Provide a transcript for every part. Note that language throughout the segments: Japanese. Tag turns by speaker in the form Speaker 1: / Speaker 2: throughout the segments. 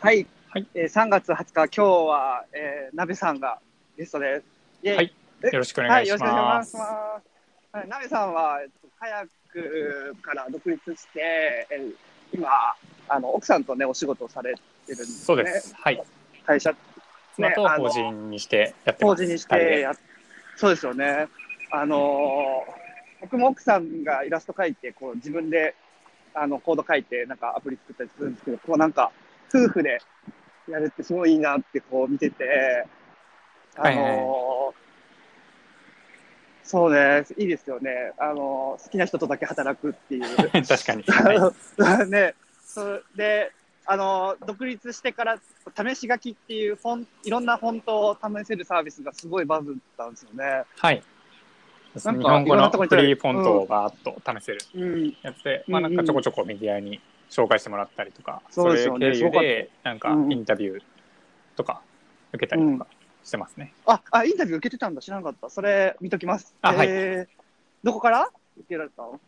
Speaker 1: はい、
Speaker 2: はい
Speaker 1: えー3月20日、今日は、えー、鍋さんがゲストです。イェイ
Speaker 2: はいよろしくお
Speaker 1: は
Speaker 2: 願い
Speaker 1: い、よ
Speaker 2: し
Speaker 1: ろしくお
Speaker 2: ま
Speaker 1: 願い
Speaker 2: す。
Speaker 1: します。はい、ナベさんは、えっとカヤックから独立して、えー今、あの奥さんとね、お仕事をされてるんです、ね。
Speaker 2: そうです。はい。
Speaker 1: 会社、
Speaker 2: 妻と
Speaker 1: あの
Speaker 2: 法人にしてやってま
Speaker 1: 法
Speaker 2: す。
Speaker 1: 人にし
Speaker 2: 二人
Speaker 1: て
Speaker 2: で
Speaker 1: やっ、そうですよね。あのー僕も奥さんがイラスト描いて、こう自分で、あの、コード書いて、なんかアプリ作ったりするんですけど、こうなんか、夫婦でやるってすごいいいなってこう見てて、あのー
Speaker 2: はいはい
Speaker 1: そうね、いいですよね。あのー好きな人とだけ働くっていう。
Speaker 2: 確かに。は い。
Speaker 1: ね、それで、あの、独立してから、試し書きっていうフォン、いろんなフォントを試せるサービスがすごいバズったんですよね。
Speaker 2: はい
Speaker 1: か
Speaker 2: 日本
Speaker 1: い
Speaker 2: 語
Speaker 1: ろん
Speaker 2: の
Speaker 1: なとこに
Speaker 2: フリーフォントをバーっと試せる
Speaker 1: うん。
Speaker 2: やつで、まあ
Speaker 1: うんう
Speaker 2: なんんかちょこちょこメディアに紹介してもらったりとか、
Speaker 1: そうですよね
Speaker 2: れ経由で、なんか
Speaker 1: うん
Speaker 2: インタビューとか受けたりとかしてますね。
Speaker 1: あ、あ、インタビュー受けてたんだ。知らなかった。それ、見ときます。
Speaker 2: あはい
Speaker 1: えーどこから受けられたの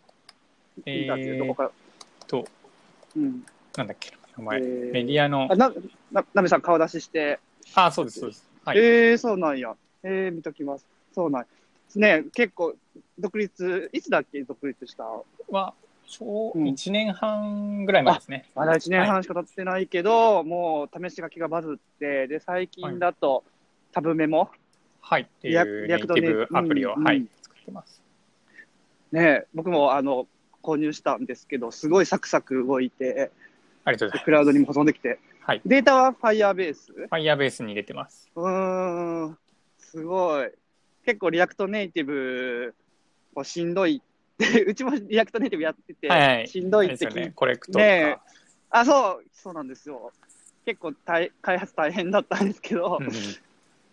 Speaker 1: インタビュー、
Speaker 2: え
Speaker 1: ど
Speaker 2: ー
Speaker 1: こ
Speaker 2: っ
Speaker 1: から。
Speaker 2: と、
Speaker 1: うん。
Speaker 2: なんだっけな、名前。
Speaker 1: え
Speaker 2: メデ
Speaker 1: ー
Speaker 2: ィアの
Speaker 1: あ、、な、な、なめさん顔出しして、
Speaker 2: あ、そうです、そうです。はい。
Speaker 1: えー、そうなんや。えー、見ときます。そうなんやね、結構、独立、いつだっけ独立した
Speaker 2: は、ちょう
Speaker 1: うん
Speaker 2: 1年半ぐらい前ですね。
Speaker 1: まだ1年半しか経ってないけど、もう試し書きがバズって、で、最近だと、タブメモ、
Speaker 2: はい。っていう
Speaker 1: リ
Speaker 2: ネ
Speaker 1: ア
Speaker 2: イ
Speaker 1: クト
Speaker 2: テ
Speaker 1: ネイティブ
Speaker 2: ィブアプリを、
Speaker 1: うんうん
Speaker 2: はい、作ってます。
Speaker 1: ね、僕もあの購入したんですけど、すごいサクサク動いて、
Speaker 2: ありがとうござい
Speaker 1: で
Speaker 2: ます。
Speaker 1: クラウドにも保存できて、
Speaker 2: はい。
Speaker 1: データは Firebase?
Speaker 2: Firebase に入れてます。
Speaker 1: うーん、すごい。結構リアクトネイティブをしんどいって、うちもリアクトネイティブやってて、
Speaker 2: はいはい
Speaker 1: しんどい
Speaker 2: あれ
Speaker 1: っ
Speaker 2: で
Speaker 1: て聞
Speaker 2: すよ
Speaker 1: いて
Speaker 2: ね。コレクトとか。
Speaker 1: ねあ、そう、そうなんですよ。結構大開発大変だったんですけど、
Speaker 2: うんうん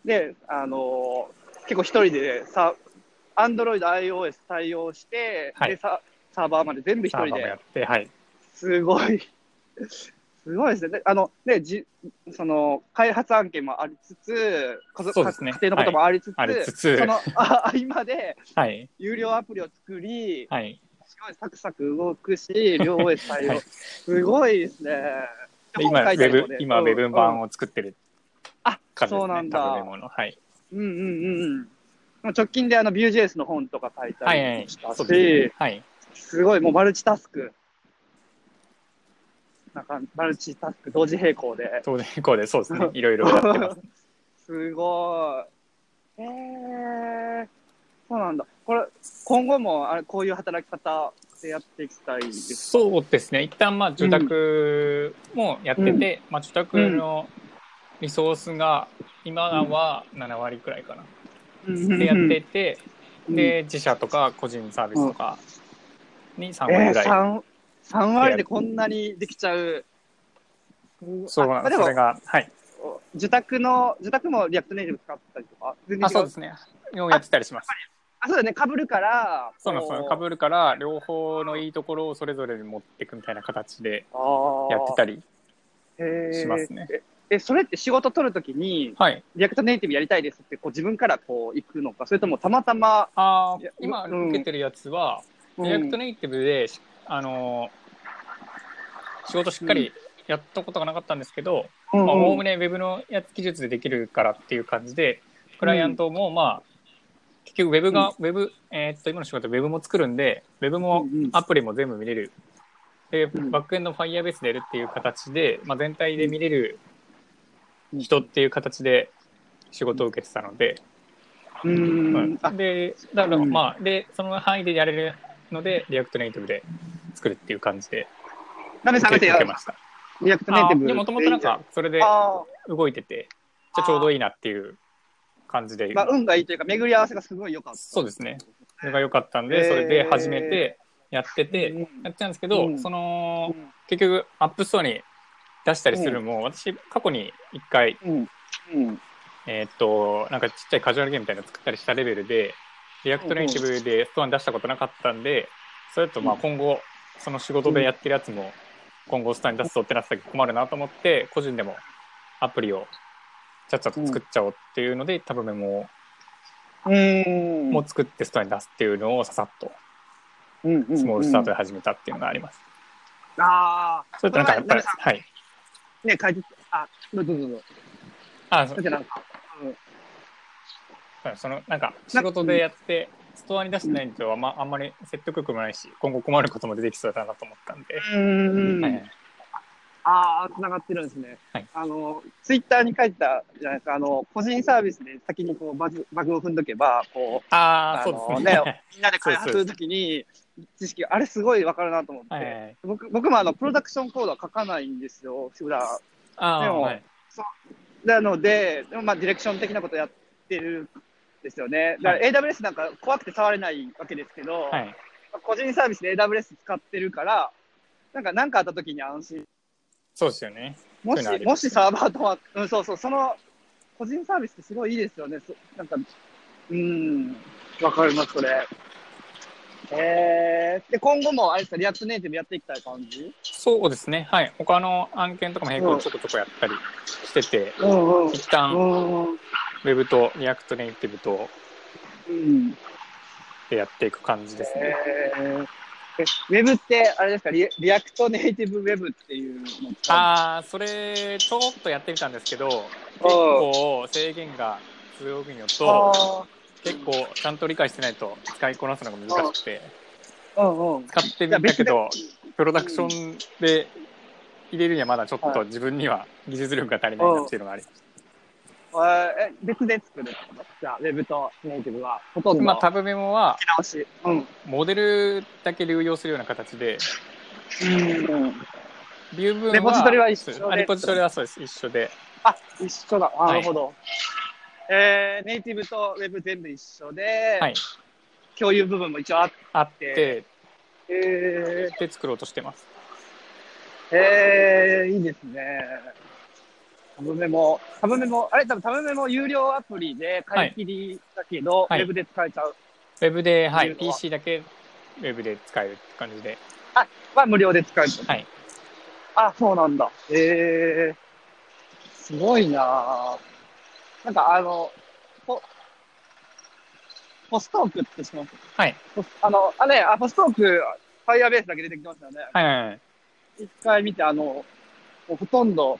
Speaker 1: で、あのー結構一人でさ、アンドロイド、iOS 対応して、
Speaker 2: はい
Speaker 1: でさサーバーまで全部一
Speaker 2: サー
Speaker 1: 人
Speaker 2: バーも
Speaker 1: で
Speaker 2: や、って、はい。
Speaker 1: すごい、すごいですね。であの、ね、じその、開発案件もありつつ、家
Speaker 2: そ
Speaker 1: 族、
Speaker 2: うですね
Speaker 1: 家庭のこともありつつ、
Speaker 2: ありつつ
Speaker 1: そ、のあ合間で
Speaker 2: はい。
Speaker 1: 有料アプリを作り、
Speaker 2: はい。
Speaker 1: すごいサクサク動くし、両 OS 対応、
Speaker 2: はい
Speaker 1: すごいですね。
Speaker 2: で今、ウェブ、今、ウェブ版
Speaker 1: を。
Speaker 2: を作ってる
Speaker 1: あ、
Speaker 2: 感じで
Speaker 1: そ
Speaker 2: す
Speaker 1: うなん
Speaker 2: ね。
Speaker 1: だ。
Speaker 2: 食べ物。はい。
Speaker 1: うんうんうんうん。もう直近であの Vue.js の本とか書いた
Speaker 2: はい、はい
Speaker 1: りしたし、。
Speaker 2: そうですねはい。
Speaker 1: すごいもうマルチタスク。なんかマルチタスク同時並行で。
Speaker 2: 当然、こうで、そうで すね。いろいろやってます。
Speaker 1: すごい。えー、そうなんだ。これ、今後もあれこういう働き方でやっていきたいです。
Speaker 2: そうですね。一旦、まあ、受託もやってて、まあ、受託のリソースが、今は7割くらいかな。で、やってて、
Speaker 1: うん、
Speaker 2: で、自社とか個人サービスとかに3
Speaker 1: え
Speaker 2: 割
Speaker 1: ー、
Speaker 2: ぐらい。
Speaker 1: 3, 3割でこんなにできちゃう。
Speaker 2: そうなん
Speaker 1: あで
Speaker 2: そ
Speaker 1: も
Speaker 2: れが、はい。
Speaker 1: 受託の、受託もリアクトネイティブ使ったりとか全然
Speaker 2: あ、
Speaker 1: 違
Speaker 2: そうですね。をやってたりします。
Speaker 1: あ、そうだね、かぶるから。
Speaker 2: そうなんです。かぶるから、両方のいいところをそれぞれに持っていくみたいな形でやってた
Speaker 1: り
Speaker 2: りしますね。
Speaker 1: え、それって仕事取るときに、
Speaker 2: はい。
Speaker 1: リアクトネイティブやりたいですって、こう自分からこう行くのか、それともたまたま、
Speaker 2: あ
Speaker 1: いや
Speaker 2: ー今
Speaker 1: うん
Speaker 2: 受けてるやつは、
Speaker 1: うん
Speaker 2: リアクトネイティブで、しあのー仕事しっかりやったことがなかったんですけど、
Speaker 1: うん
Speaker 2: まあ、おおむね Web のやつ技術でできるからっていう感じで、クライアントも、まあ、結局 Web が、Web、えーっと、今の仕事は Web も作るんで、Web も
Speaker 1: うんうん
Speaker 2: アプリも全部見れる。で、
Speaker 1: うん
Speaker 2: バックエンド Firebase でやるっていう形で、まあ、全体で見れる人っていう形で仕事を受けてたので、
Speaker 1: うん
Speaker 2: はい
Speaker 1: あ
Speaker 2: で、だから
Speaker 1: うん
Speaker 2: まあ、で、その範囲でやれるので、リアクトネイティブで作るっていう感じで
Speaker 1: ダメさん
Speaker 2: 受
Speaker 1: 見て
Speaker 2: け
Speaker 1: よ
Speaker 2: 受けました。
Speaker 1: リアクトネイ
Speaker 2: あ
Speaker 1: ティ
Speaker 2: ー
Speaker 1: ブ。
Speaker 2: でもともとなんか、それで
Speaker 1: あ
Speaker 2: 動いてて、じゃあちょうどいいなっていう感じで
Speaker 1: ー、、まあ、運がいいというか、巡り合わせがすごい良かった。
Speaker 2: そうですね。それが良かったんで、
Speaker 1: えー
Speaker 2: それで始めて、やってて、
Speaker 1: うん
Speaker 2: やってたんですけど、
Speaker 1: うん
Speaker 2: その、結局、アップストアに出したりするのも、私、過去に一回、
Speaker 1: うん。うん。
Speaker 2: えーっと、なんかちっちゃいカジュアルゲームみたいなの作ったりしたレベルで、リアクトネイティブでストアに出したことなかったんで、それだとまあ
Speaker 1: うん
Speaker 2: 今後、その仕事でやってるやつも、今後ストアに出すぞってなったら困るなと思って、個人でもアプリをちゃっちゃと作っちゃおうっていうので、タブメモ
Speaker 1: うん。
Speaker 2: も作ってストアに出すっていうのをささっと
Speaker 1: うん、うん
Speaker 2: スモールスタートで始めたっていうのがあります。
Speaker 1: ああ、
Speaker 2: それとなんかやっぱり、
Speaker 1: これは
Speaker 2: はい。
Speaker 1: ね、解説、あ、どうぞどうぞ。
Speaker 2: あ、そ
Speaker 1: だってなんか、うん、
Speaker 2: その、なんか、仕事でやって、ストアに出してないとは、まあ、あんまり説得力もないし、今後困ることも出てきそうだなと思ったんで。
Speaker 1: うん
Speaker 2: はいはい
Speaker 1: ああ、つながってるんですね。
Speaker 2: はい
Speaker 1: あの、ツイッターに書いてたじゃないですか、あの、個人サービスで先にこうバグバグを踏んどけば、こう、
Speaker 2: ああ、
Speaker 1: あ
Speaker 2: そう
Speaker 1: の
Speaker 2: ですね。
Speaker 1: みんなで開発するときに、知識、あれすごいわかるなと思って、
Speaker 2: はいはいはい。
Speaker 1: 僕僕もあの、プロダクションコードは書かないんですよ、普段。
Speaker 2: あ
Speaker 1: で
Speaker 2: あ、
Speaker 1: も
Speaker 2: はい。
Speaker 1: なので、でもまあ、ディレクション的なことやってるんですよね。だから AWS なんか怖くて触れないわけですけど、
Speaker 2: はい。
Speaker 1: 個人サービスで AWS 使ってるから、なんか何かあったときに安心
Speaker 2: そうですよね。
Speaker 1: も
Speaker 2: そうい
Speaker 1: し、
Speaker 2: うのあり
Speaker 1: も
Speaker 2: ます
Speaker 1: しサーバーとは、うん、そうそう、その、個人サービスってすごいいいですよね。そなんか、うん、わかります、それ。えー、で、今後も、あれですか、リアクトネイティブやっていきたい感じ
Speaker 2: そうですね。はい。他の案件とかも並行ちょこちょこやったりしてて、
Speaker 1: うんう
Speaker 2: 一旦
Speaker 1: ん。うん。
Speaker 2: Web と React ネイティブと
Speaker 1: うん。
Speaker 2: でやっていく感じですね。
Speaker 1: えーえウェブって、あれですかリ、リアクトネイティブウェブっていうのを使う
Speaker 2: ああ、それ、ちょろっとやってみたんですけど、結構制限が強いのと、
Speaker 1: あ
Speaker 2: 結構ちゃんと理解してないと使いこなすのが難しくて、
Speaker 1: ーうんうん。
Speaker 2: 使って
Speaker 1: い
Speaker 2: み
Speaker 1: や
Speaker 2: た
Speaker 1: 別
Speaker 2: け
Speaker 1: に
Speaker 2: ど、プロダクションで入れるにはまだちょっと自分には技術力が足りないなっていうのがあります。
Speaker 1: あーえ、別で作るのじゃあ、ウェブとネイティブは、ほとんど
Speaker 2: 今、
Speaker 1: 書
Speaker 2: タブメモは
Speaker 1: き直し。うん。
Speaker 2: モデルだけ流用するような形で、
Speaker 1: うんうん
Speaker 2: ビュー分は
Speaker 1: レポジトリは一緒で
Speaker 2: あレポジトリはそうです、一緒で。
Speaker 1: あ、一緒だ。あ
Speaker 2: はい
Speaker 1: なるほど。えーネイティブとウェブ全部一緒で、
Speaker 2: はい。
Speaker 1: 共有部分も一応あっ
Speaker 2: あって、
Speaker 1: て、え
Speaker 2: で作ろうとしてます。
Speaker 1: ーえーいいですね。タブメモ、タブメモ、あれ多分タブメモ有料アプリで買い切りだけど、
Speaker 2: はい
Speaker 1: ウェブで使えちゃう。
Speaker 2: ウェブで、は
Speaker 1: ビ
Speaker 2: い、
Speaker 1: ューは
Speaker 2: PC だけウェブで使えるって感じで。
Speaker 1: は無料で使える。
Speaker 2: はい。
Speaker 1: あ、そうなんだ。えー、すごいなぁなんかあの、ポ、ポストークってします
Speaker 2: はい。
Speaker 1: ポスあの、あ、ね、あ、ポストーク、ファイアベースだけ出てきましたよね。
Speaker 2: はいはいはい。
Speaker 1: 一回見て、あの、もうほとんど、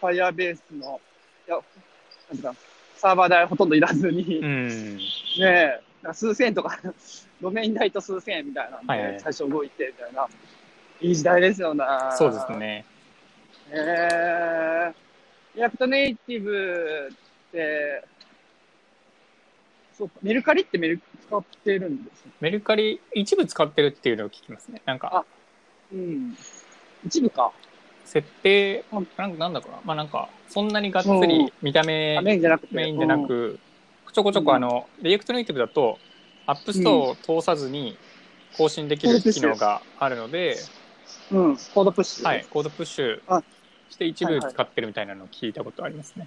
Speaker 1: ファイアベースの、いや、なんていうか、サーバー代ほとんどいらずに、
Speaker 2: う
Speaker 1: ね
Speaker 2: ん。
Speaker 1: え、なんか数千円とか、 ドメイン代と数千円みたいなんで、
Speaker 2: はいはい
Speaker 1: 最初動いてみたいな、いい時代ですよね。
Speaker 2: そうです。ね。
Speaker 1: えー、リアクトネイティブって、そうか、メルカリってメル使ってるんですね
Speaker 2: メルカリ、一部使ってるっていうのを聞きますね。なんか、
Speaker 1: うん。一部か。
Speaker 2: 設定、なんなんだかな。まあなんか、そんなにがっつり見た目
Speaker 1: あメインじゃなくて。
Speaker 2: メインじゃな
Speaker 1: うん。
Speaker 2: く、ちょこちょこあの、リアクトネイティブだと、アップストアを通さずに更新できる機能があるので、
Speaker 1: うん、コードプッシュ。
Speaker 2: はい、コードプッシュ
Speaker 1: あ
Speaker 2: して一
Speaker 1: はい
Speaker 2: 部
Speaker 1: はい
Speaker 2: 使ってるみたいなのを聞いたことありますね。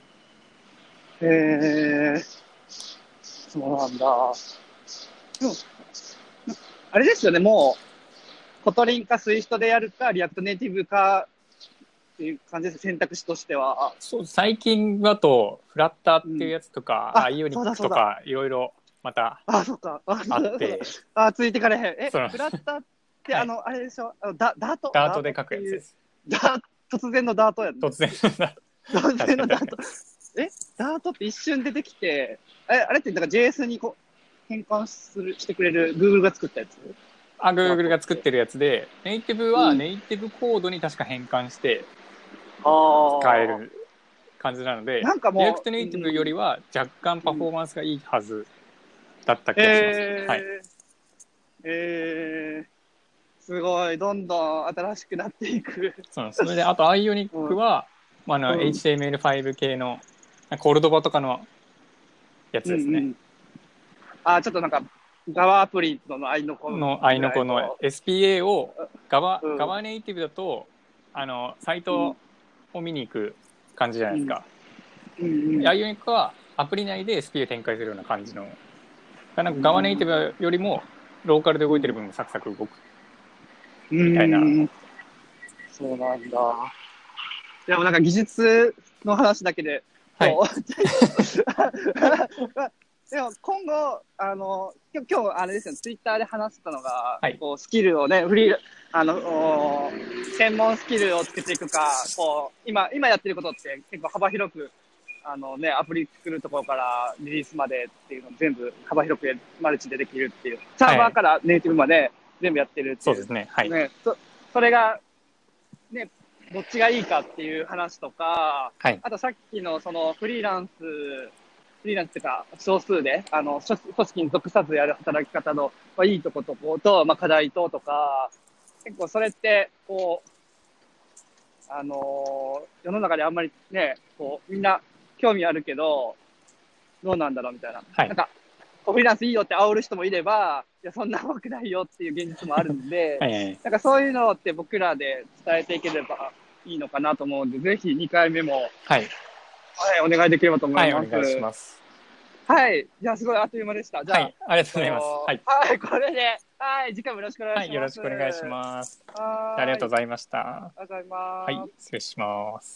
Speaker 1: へえそうなんだ。でも、あれですよね、もう、コトリンかスイフトでやるか、リアクトネイティブかっていう感じです、選択肢としては。
Speaker 2: そう最近だと、フラッターっていうやつとか、
Speaker 1: うんあ
Speaker 2: あイオニック
Speaker 1: そうだそう
Speaker 2: とか、いろいろまた
Speaker 1: あ、 そっか。あ、
Speaker 2: あって、
Speaker 1: あ、ついてかれへん。え、
Speaker 2: そう
Speaker 1: フラッターって、
Speaker 2: はい
Speaker 1: あの、あれでしょあのダダート
Speaker 2: ダートで書くやつで
Speaker 1: つ。
Speaker 2: す。
Speaker 1: ダ突然のダートやん、ね。
Speaker 2: 突然。
Speaker 1: 突然のダート。え、ダートって一瞬出てきて、え、あれって、だから JS にこう、変換する、してくれる Google が作ったやつ
Speaker 2: あ、Google が作ってるやつで、ネイティブは
Speaker 1: うん
Speaker 2: ネイティブコードに確か変換して
Speaker 1: あ
Speaker 2: 変え。る感じなので、
Speaker 1: なんかもう。
Speaker 2: リアクトネイティブよりは若干パフォーマンスがいいはずだった気がします。
Speaker 1: えー
Speaker 2: はい。
Speaker 1: えーすごい、どんどん新しくなっていく。
Speaker 2: そうなんですそれで、あと、アイオニックは、まあ、あ
Speaker 1: うん
Speaker 2: の、HTML5 系の、コールドバとかのやつですね。
Speaker 1: んんあ、ちょっとなんか、側アプリとの合いの子
Speaker 2: の、アイノコの SPA を、側、
Speaker 1: うん
Speaker 2: 側ネイティブだと、あの、サイトを見に行く感じじゃないですか。
Speaker 1: うんうん
Speaker 2: アイオニックは、アプリ内で SPA 展開するような感じの、なんか側ネイティブよりも、ローカルで動いてる分、サクサク動く。
Speaker 1: み
Speaker 2: たいな
Speaker 1: そうなんだ。でもなんか技術の話だけで、
Speaker 2: はい
Speaker 1: そうまあ でも今後、あの、今日、今日あれですよ、ツイッターで話したのが、
Speaker 2: はい
Speaker 1: こうスキルをね、フリー、あの、お専門スキルをつけていくか、こう、今、今やってることって結構幅広く、あのね、アプリ作るところからリリースまでっていうの全部幅広くマルチでできるっていう、サーバーからネイティブまで全部やってるってい
Speaker 2: そうですね。はい。
Speaker 1: ね、そそれが、ね、どっちがいいかっていう話とか、
Speaker 2: はい。
Speaker 1: あとさっきのそのフリーランス、フリーランスっていうか、少数で、あの、組織組織に属さずやる働き方の、まあ、いいとことこと、まあ、課題ととか、結構それって、こう、あのー世の中であんまりね、こう、みんな興味あるけど、どうなんだろうみたいな。
Speaker 2: はい
Speaker 1: なんか、こうフリーランスいいよって煽る人もいれば、いや、そんなわけないよっていう現実もあるんで、
Speaker 2: はいはい。
Speaker 1: なんかそういうのって僕らで伝えていければいいのかなと思うんで、ぜひ2回目も、はい、
Speaker 2: はい。
Speaker 1: お願いできればと思
Speaker 2: はいい、
Speaker 1: ま
Speaker 2: お
Speaker 1: す。
Speaker 2: 願いします。
Speaker 1: はい。じゃあすごいあっという間でした。じゃあ、
Speaker 2: はい。ありがとうございます。はい。
Speaker 1: はい。はい、これで、はい、次回もよろしくお願いしま
Speaker 2: は
Speaker 1: す。
Speaker 2: い、よろしくお願いし
Speaker 1: す。
Speaker 2: ます。
Speaker 1: は
Speaker 2: ありがと
Speaker 1: う
Speaker 2: うございました。
Speaker 1: ございます。
Speaker 2: はい、失礼します。